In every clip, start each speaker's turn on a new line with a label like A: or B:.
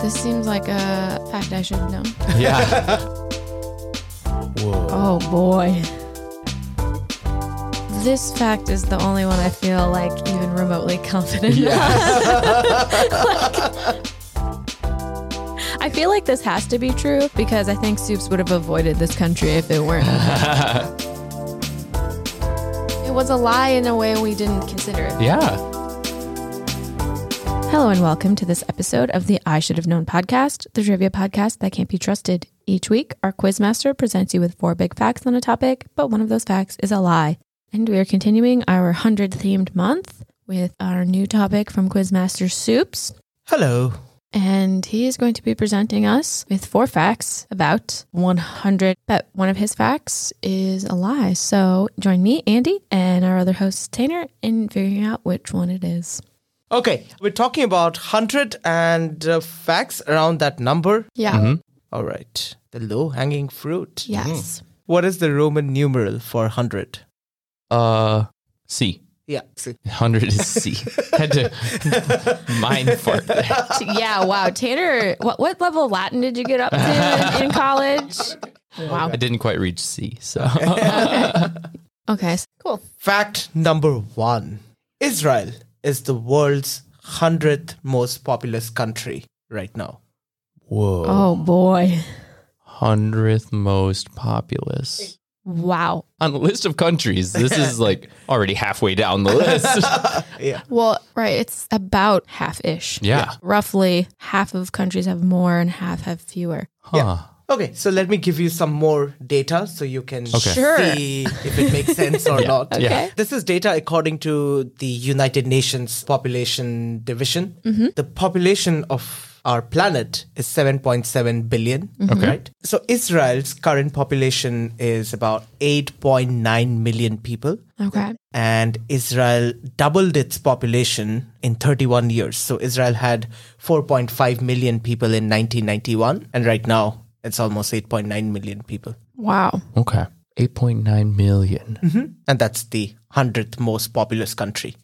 A: This seems like a fact I should know.
B: Yeah. Whoa.
A: Oh boy. This fact is the only one I feel like even remotely confident. about. I feel like this has to be true because I think Soups would have avoided this country if it weren't. it was a lie in a way we didn't consider it.
B: Yeah.
A: Hello and welcome to this episode of the I Should Have Known podcast, the trivia podcast that can't be trusted. Each week, our quizmaster presents you with four big facts on a topic, but one of those facts is a lie. And we are continuing our 100 themed month with our new topic from Quizmaster Soups.
B: Hello.
A: And he is going to be presenting us with four facts about 100. But one of his facts is a lie. So join me, Andy, and our other host, Tanner, in figuring out which one it is.
C: Okay, we're talking about 100 and uh, facts around that number.
A: Yeah.
C: All right, the low hanging fruit.
A: Yes.
C: What is the Roman numeral for 100?
B: Uh, C.
C: Yeah. see.
B: 100 is C. Had to mind fart there.
A: yeah, wow. Tanner, what, what level of Latin did you get up to in, in college? Wow.
B: I didn't quite reach C, so.
A: Okay, s- cool.
C: Fact number one Israel is the world's 100th most populous country right now.
B: Whoa.
A: Oh, boy.
B: 100th most populous.
A: Wow.
B: On the list of countries, this is like already halfway down the list.
A: Well, right. It's about half ish.
B: Yeah.
A: Roughly half of countries have more and half have fewer.
B: Huh.
C: Okay, so let me give you some more data so you can
B: Okay.
A: Sure.
C: see if it makes sense or not.
A: Okay.
B: Yeah.
C: This is data according to the United Nations Population Division.
A: Mm-hmm.
C: The population of our planet is 7.7 billion,
A: Mm-hmm.
B: Okay.
C: Right? So Israel's current population is about 8.9 million people.
A: Okay.
C: And Israel doubled its population in 31 years. So Israel had 4.5 million people in 1991. And right now, it's almost 8.9 million people.
A: Wow.
B: Okay. 8.9 million.
A: Mm-hmm.
C: And that's the 100th most populous country.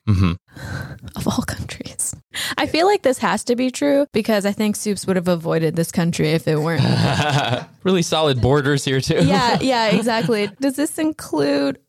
A: Of all countries. I feel like this has to be true because I think Soups would have avoided this country if it weren't.
B: Really solid borders here, too.
A: yeah. Yeah, exactly. Does this include.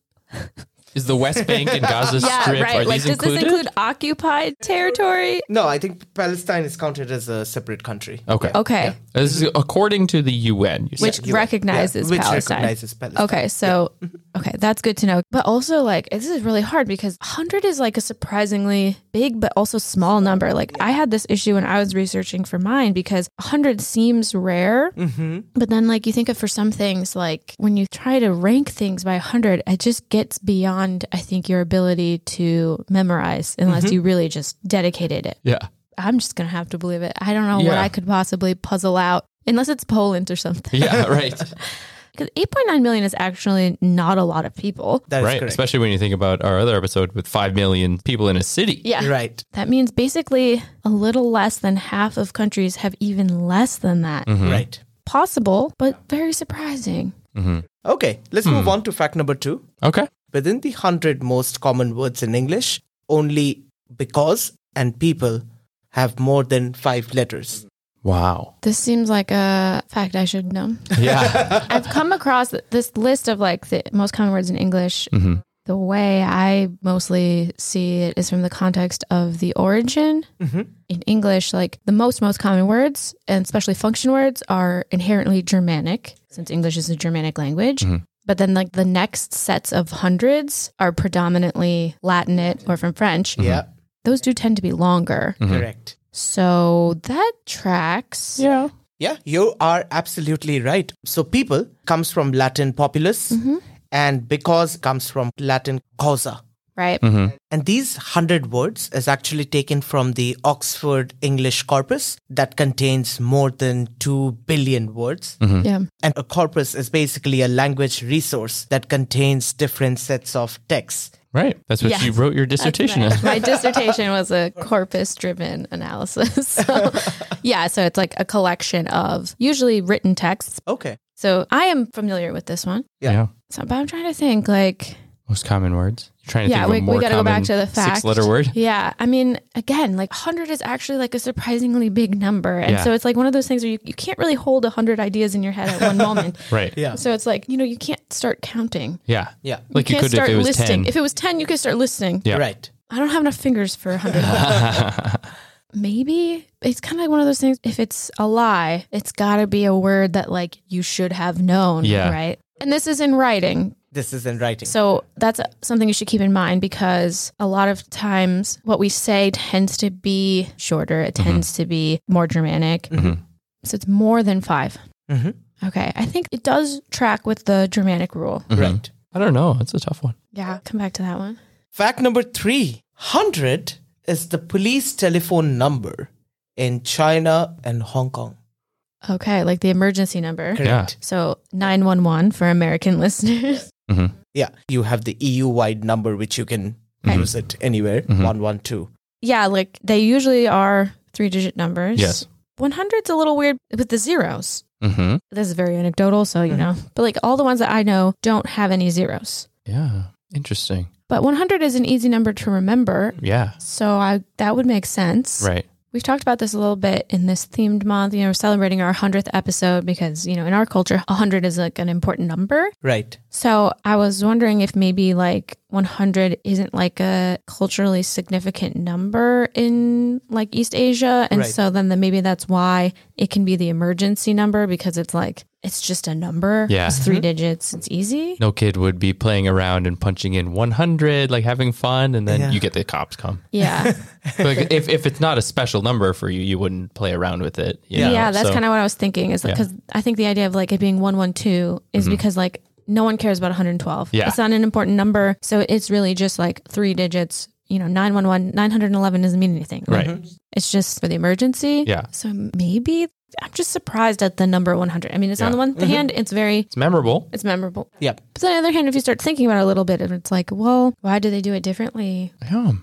B: Is the West Bank and Gaza
A: Yeah,
B: Strip, are
A: right. Like,
B: these
A: does
B: included?
A: this include occupied territory?
C: No, I think Palestine is counted as a separate country.
B: okay.
A: Okay.
B: This is according to the UN. You said.
A: which recognizes
C: which
A: Palestine.
C: recognizes Palestine.
A: Okay, so okay, that's good to know. But also, like, this is really hard because 100 is like a surprisingly big but also small number. Like, I had this issue when I was researching for mine because 100 seems rare, but then like you think of for some things, like when you try to rank things by 100, it just gets beyond I think your ability to memorize unless you really just dedicated it.
B: yeah.
A: I'm just gonna have to believe it. I don't know what
B: Yeah.
A: I could possibly puzzle out unless it's Poland or something.
B: Yeah, right.
A: Because 8.9 million is actually not a lot of people.
C: That is
B: right.
C: correct.
B: Especially when you think about our other episode with 5 million people in a city.
A: Yeah.
C: Right.
A: That means basically a little less than half of countries have even less than that.
C: Right.
A: Possible, but very surprising.
C: Okay, let's move on to fact number two.
B: Okay.
C: Within the 100 most common words in English, only because and people have more than five letters.
B: Wow.
A: This seems like a fact I should know.
B: Yeah.
A: I've come across this list of like the most common words in English.
B: Mm-hmm.
A: The way I mostly see it is from the context of the origin. In English, like the most, most common words, and especially function words, are inherently Germanic, since English is a Germanic language. But then, like the next sets of hundreds are predominantly Latinate or from French.
C: Yeah,
A: Those do tend to be longer.
C: Mm. correct.
A: So that tracks.
B: yeah.
C: Yeah, you are absolutely right. So people comes from Latin populus and because comes from Latin causa.
A: Right.
C: And these 100 words is actually taken from the Oxford English corpus that contains more than 2 billion words.
A: Yeah.
C: And a corpus is basically a language resource that contains different sets of texts.
B: Right. That's what
A: Yeah.
B: you wrote your
A: That's
B: dissertation
A: right.
B: on.
A: My dissertation was a corpus driven analysis. So, yeah, so it's like a collection of usually written texts.
C: Okay.
A: So I am familiar with this one.
C: Yeah.
A: So, but I'm trying to think like,
B: Most common words. trying to
A: yeah,
B: think
A: we,
B: of a more
A: we got to go back to the fact.
B: six letter word.
A: Yeah. I mean, again, like 100 is actually like a surprisingly big number. And
B: Yeah.
A: so it's like one of those things where you, you can't really hold 100 ideas in your head at one moment.
B: Right.
C: Yeah.
A: So it's like, you know, you can't start counting.
B: Yeah.
C: Yeah.
B: Like you,
A: can't
B: could if
A: start
B: it was
A: listing.
B: 10.
A: If it was 10, you could start listing.
B: Yeah.
C: Right.
A: I don't have enough fingers for 100. Maybe it's kind of like one of those things. If it's a lie, it's got to be a word that like you should have known.
B: Yeah.
A: Right. And this is in writing.
C: This is in writing.
A: So that's something you should keep in mind because a lot of times what we say tends to be shorter, it tends to be more dramatic.
B: Mhm.
A: So it's more than five.
C: Mhm.
B: Mm-hmm.
A: Okay. I think it does track with the dramatic rule.
B: Mhm.
C: Right.
B: I don't know. It's a tough one.
A: Yeah. Come back to that one.
C: Fact number three: hundred is the police telephone number in China and Hong Kong.
A: Okay. Like the emergency number.
B: Yeah.
A: So 911 for American listeners.
B: Mhm.
C: Yeah. You have the EU wide number, which you can
B: Mm-hmm.
A: Mhm.
C: use it anywhere 112.
A: Yeah, like they usually are three digit numbers.
B: Yes.
A: 100's a little weird with the zeros.
B: Mm-hmm.
A: This is very anecdotal, so you know. But like all the ones that I know don't have any zeros.
B: Yeah. Interesting.
A: But 100 is an easy number to remember.
B: Yeah.
A: So I that would make sense.
B: Right.
A: We've talked about this a little bit in this themed month, you know, we're celebrating our 100th episode because, you know, in our culture 100 is like an important number.
C: Right.
A: So I was wondering if maybe like 100 isn't like a culturally significant number in like East Asia. And
C: Right.
A: so then the, maybe that's why it can be the emergency number because it's like, it's just a number.
B: Yeah.
A: It's 3 digits. It's easy.
B: No kid would be playing around and punching in 100, like having fun, and then
C: Yeah.
B: you get the cops come.
A: Yeah.
B: But if, if it's not a special number for you, you wouldn't play around with it. you
A: yeah.
B: know?
A: that's
B: So-
A: kind of what I was thinking is because I think the idea of like it being 112 is because like no one cares about 112.
B: Mm-hmm. Yeah.
A: It's not an important number. So it's really just like three digits. You know, 911, 911 doesn't mean anything. Like,
B: Right.
A: It's just for the emergency.
B: Yeah.
A: So maybe I'm just surprised at the number 100. I mean, it's on
B: Yeah. Mm-hmm.
A: the one hand, it's very,
B: It's memorable.
A: it's memorable.
C: Yep.
A: But on the other hand, if you start thinking about it a little bit, it's like, well, why do they do it differently?
B: Yeah.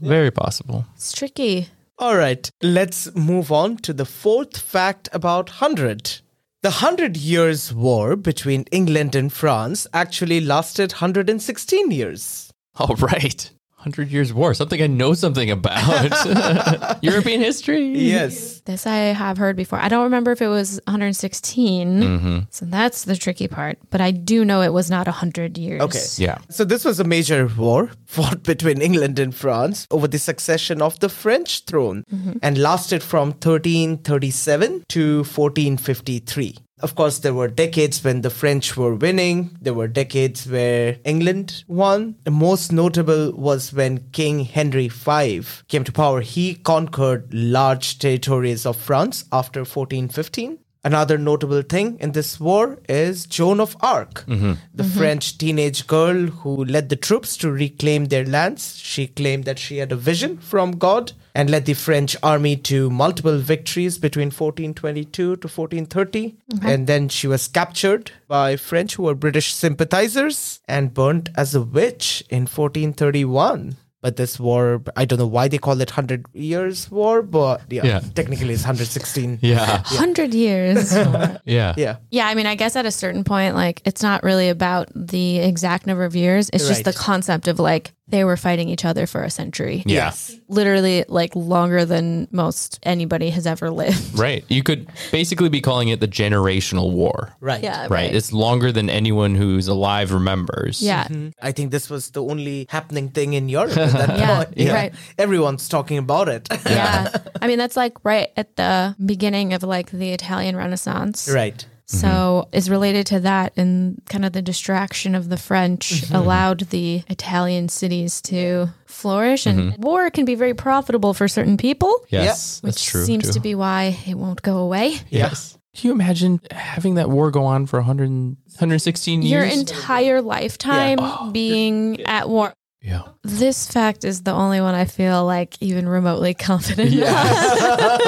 B: Very possible.
A: It's tricky.
C: All right. Let's move on to the fourth fact about 100. The Hundred Years' War between England and France actually lasted 116 years.
B: All right. 100 Years War, something I know something about. European history.
C: Yes.
A: This I have heard before. I don't remember if it was 116.
B: Mm-hmm.
A: So that's the tricky part. But I do know it was not 100 years.
C: Okay.
B: Yeah.
C: So, this was a major war fought between England and France over the succession of the French throne and lasted from 1337 to 1453. Of course, there were decades when the French were winning, there were decades where England won. The most notable was when King Henry V came to power. He conquered large territories of France after 1415. Another notable thing in this war is Joan of Arc, the French teenage girl who led the troops to reclaim their lands. She claimed that she had a vision from God and led the French army to multiple victories between 1422 to 1430. And then she was captured by French who were British sympathizers and burnt as a witch in 1431. But this war, I don't know why they call it 100 Years War, but yeah,
B: Yeah.
C: technically it's 116.
B: Yeah.
A: 100 years.
B: Yeah.
C: Yeah.
A: yeah, I mean, I guess at a certain point, like, it's not really about the exact number of years. It's just
C: Right.
A: the concept of like they were fighting each other for a century.
B: Yeah.
A: Literally, like, longer than most anybody has ever lived.
B: Right. You could basically be calling it the generational war.
C: Right.
A: Yeah.
B: Right. It's longer than anyone who's alive remembers.
A: yeah.
C: Mm-hmm. I think this was the only happening thing in Europe at that
A: Yeah,
C: point.
A: right.
C: Everyone's talking about it.
A: Yeah. I mean, that's like right at the beginning of like the Italian Renaissance.
C: right.
B: Mm-hmm.
A: So is related to that and kind of the distraction of the French allowed the Italian cities to flourish and war can be very profitable for certain people.
B: Yes.
A: Which
B: Mm-hmm. That's true.
A: seems
B: too.
A: to be why it won't go away.
B: Yes. Can you imagine having that war go on for 100, 116
A: Your
B: years?
A: entire lifetime
B: Oh,
A: being at war.
B: yeah.
A: This fact is the only one I feel like even remotely confident. about.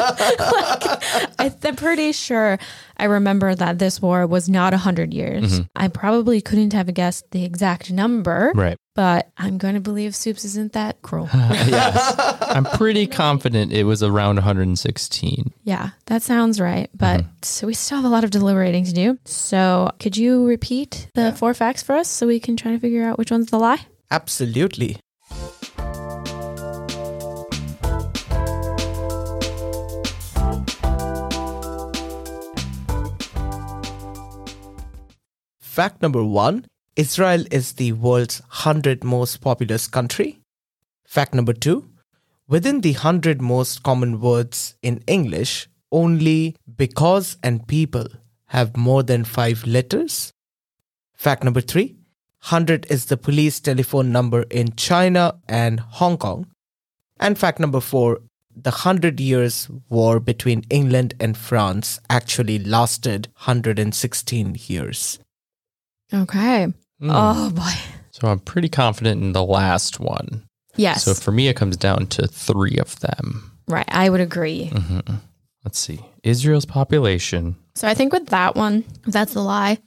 A: like, I, I'm pretty sure I remember that this war was not 100 years.
B: Mm-hmm.
A: I probably couldn't have guessed the exact number,
B: Right.
A: but I'm going to believe Soups isn't that cruel.
B: yes. I'm pretty confident it was around 116.
A: yeah, that sounds right. But
B: Mm-hmm.
A: so we still have a lot of deliberating to do. So could you repeat the four facts for us so we can try to figure out which one's the lie?
C: Absolutely. Fact number one Israel is the world's 100 most populous country. Fact number two Within the 100 most common words in English, only because and people have more than five letters. Fact number three 100 is the police telephone number in China and Hong Kong. And fact number four the Hundred Years' War between England and France actually lasted 116 years.
A: Okay.
B: Hmm.
A: Oh boy.
B: So I'm pretty confident in the last one.
A: Yes.
B: So for me, it comes down to three of them.
A: right. I would agree.
B: Let's see. Israel's population.
A: So I think with that one, if that's the lie,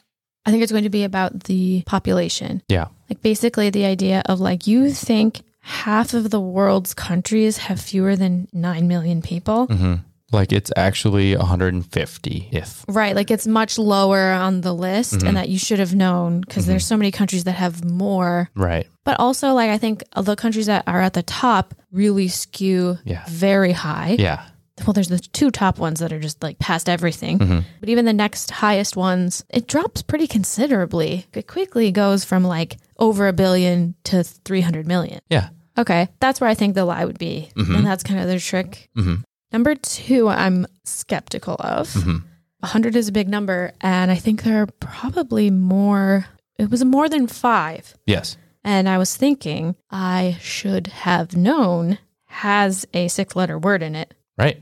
A: I think it's going to be about the population.
B: Yeah.
A: Like basically the idea of like you think half of the world's countries have fewer than 9 million people.
B: hmm Like it's actually 150 if.
A: Right, like it's much lower on the list and that you should have known because there's so many countries that have more.
B: Right.
A: But also like I think the countries that are at the top really skew
B: Yeah.
A: very high.
B: Yeah.
A: Well, there's the two top ones that are just like past everything.
B: Mhm.
A: But even the next highest ones, it drops pretty considerably. It quickly goes from like over a billion to 300 million.
B: Yeah.
A: Okay. That's where I think the lie would be.
B: Mhm.
A: And that's kind of their trick.
B: Mhm.
A: Number two, I'm skeptical of.
B: Mhm.
A: 100 is a big number. And I think there are probably more, it was more than five.
B: Yes.
A: And I was thinking, I should have known has a six letter word in it.
B: Right.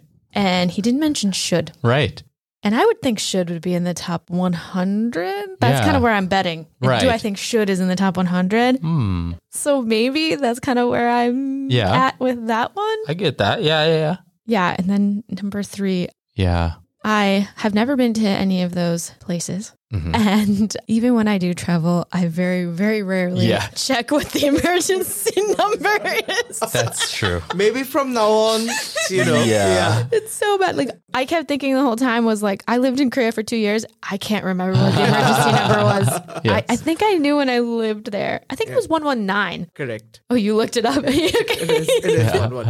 A: And he didn't mention should.
B: Right.
A: And I would think should would be in the top 100. That's
B: Yeah.
A: kind of where I'm betting. Like, Do
B: Right.
A: I think should is in the top 100?
B: Hmm.
A: So maybe that's kind of where I'm
B: Yeah.
A: at with that one.
B: I get that. Yeah. Yeah. Yeah.
A: Yeah. And then number three,
B: Yeah.
A: I have never been to any of those places.
B: Mhm.
A: And even when I do travel, I very, very rarely
B: Yeah.
A: check what the emergency number is.
B: That's true.
C: Maybe from now on, you know.
B: Yeah.
A: It's so bad. Like I kept thinking the whole time was like I lived in Korea for two years. I can't remember what the emergency number was.
B: Yes.
A: I, I think I knew when I lived there. I think it was one one nine.
C: Correct.
A: Oh, you looked it up. okay.
C: It is, it is
B: Yeah.
C: one word.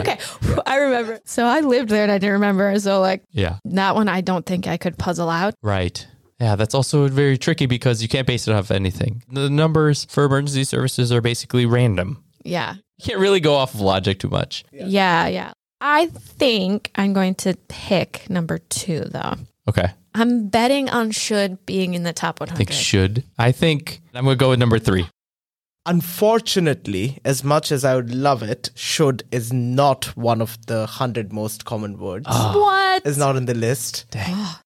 A: Okay. I remember. So I lived there and I didn't remember. So like
B: Yeah.
A: that one I don't think I could puzzle out.
B: Right. Yeah, that's also very tricky because you can't base it off anything. The numbers for emergency services are basically random.
A: Yeah.
B: You can't really go off of logic too much.
A: Yeah, yeah. I think I'm going to pick number two though.
B: Okay.
A: I'm betting on should being in the top
B: I
A: 100.
B: think should. I think I'm going to go with number three.
C: Unfortunately, as much as I would love it, should is not one of the 100 most common words.
B: Ah.
A: what?
C: It's not on the list.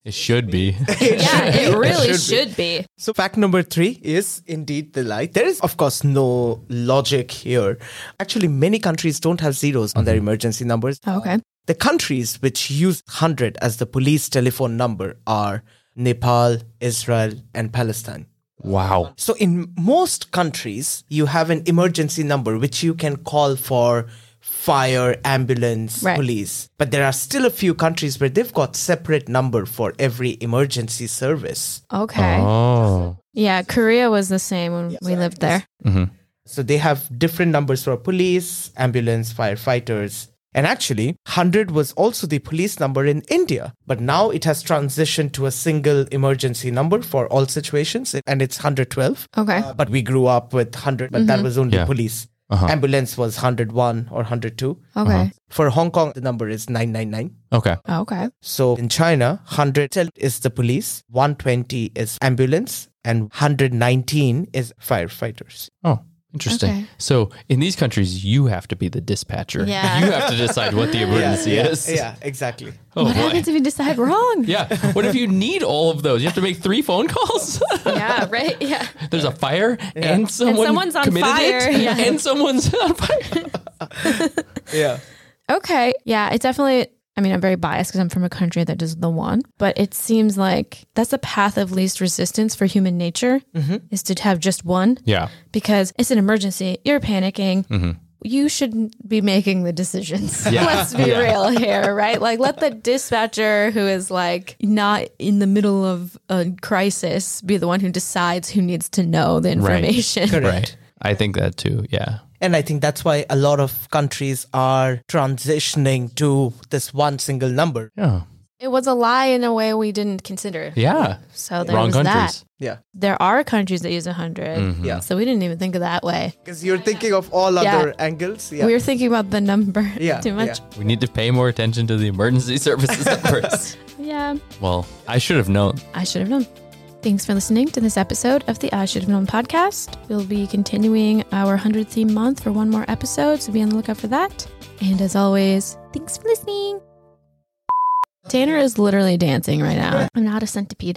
B: It should be.
A: Yeah, it really
C: should
A: should be.
C: So, fact number three is indeed the lie. There is, of course, no logic here. Actually, many countries don't have zeros on their emergency numbers.
A: Okay.
C: The countries which use 100 as the police telephone number are Nepal, Israel, and Palestine.
B: wow.
C: So, in most countries, you have an emergency number which you can call for fire, ambulance,
A: Right.
C: police. But there are still a few countries where they've got separate number for every emergency service.
A: Okay.
B: Oh.
A: Yeah, Korea was the same when we lived there.
C: So they have different numbers for police, ambulance, firefighters. And actually, 100 was also the police number in India, but now it has transitioned to a single emergency number for all situations, and it's 112.
A: Okay.
C: Uh, but we grew up with 100, but that was only
B: Yeah.
C: police. Ambulance was 101 or 102.
B: Uh-huh.
A: Okay. Oh,
C: For Hong Kong, the number is 999.
B: Okay.
A: Okay.
C: So in China, 100 is the police, 120 is ambulance, and 119 is firefighters.
B: Oh. Interesting.
A: Okay.
B: So in these countries, you have to be the dispatcher.
A: Yeah.
B: You have to decide what the emergency is.
C: Yeah, exactly.
B: Oh,
A: what
B: boy.
A: happens if you decide wrong?
B: Yeah. What if you need all of those? You have to make three phone calls?
A: Yeah, right? Yeah.
B: There's a fire and someone
A: someone's on
B: committed
A: fire.
B: it,
A: Yeah.
B: and someone's on fire.
C: Yeah.
A: Okay. Yeah, it's definitely. I mean, I'm very biased because I'm from a country that does the one, but it seems like that's the path of least resistance for human nature is to have just one
B: Mm-hmm. Yeah.
A: because it's an emergency. You're panicking. You shouldn't be making the decisions.
B: Mm-hmm. Yeah.
A: Let's be
B: Yeah.
A: real here, right? Like, let the dispatcher who is like not in the middle of a crisis be the one who decides who needs to know the information.
C: Correct.
B: Right. I think that too. Yeah.
C: And I think that's why a lot of countries are transitioning to this one single number.
B: Yeah.
A: It was a lie in a way we didn't consider.
B: Yeah.
A: So there
B: Wrong
A: was
B: countries. Mm-hmm.
A: that.
C: Yeah.
A: There are countries that use 100.
C: Yeah.
A: So we didn't even think of that way.
C: Because you're thinking of all
A: Yeah.
C: other angles. Yeah.
A: We were thinking about the number
C: Yeah,
A: too much.
B: We need to pay more attention to the emergency services numbers.
A: Yeah.
B: well, I should have known.
A: I should have known. Thanks for listening to this episode of the I Should Have Known podcast. We'll be continuing our 100 theme month for one more episode, so be on the lookout for that. And as always, thanks for listening. Tanner is literally dancing right now. I'm not a centipede.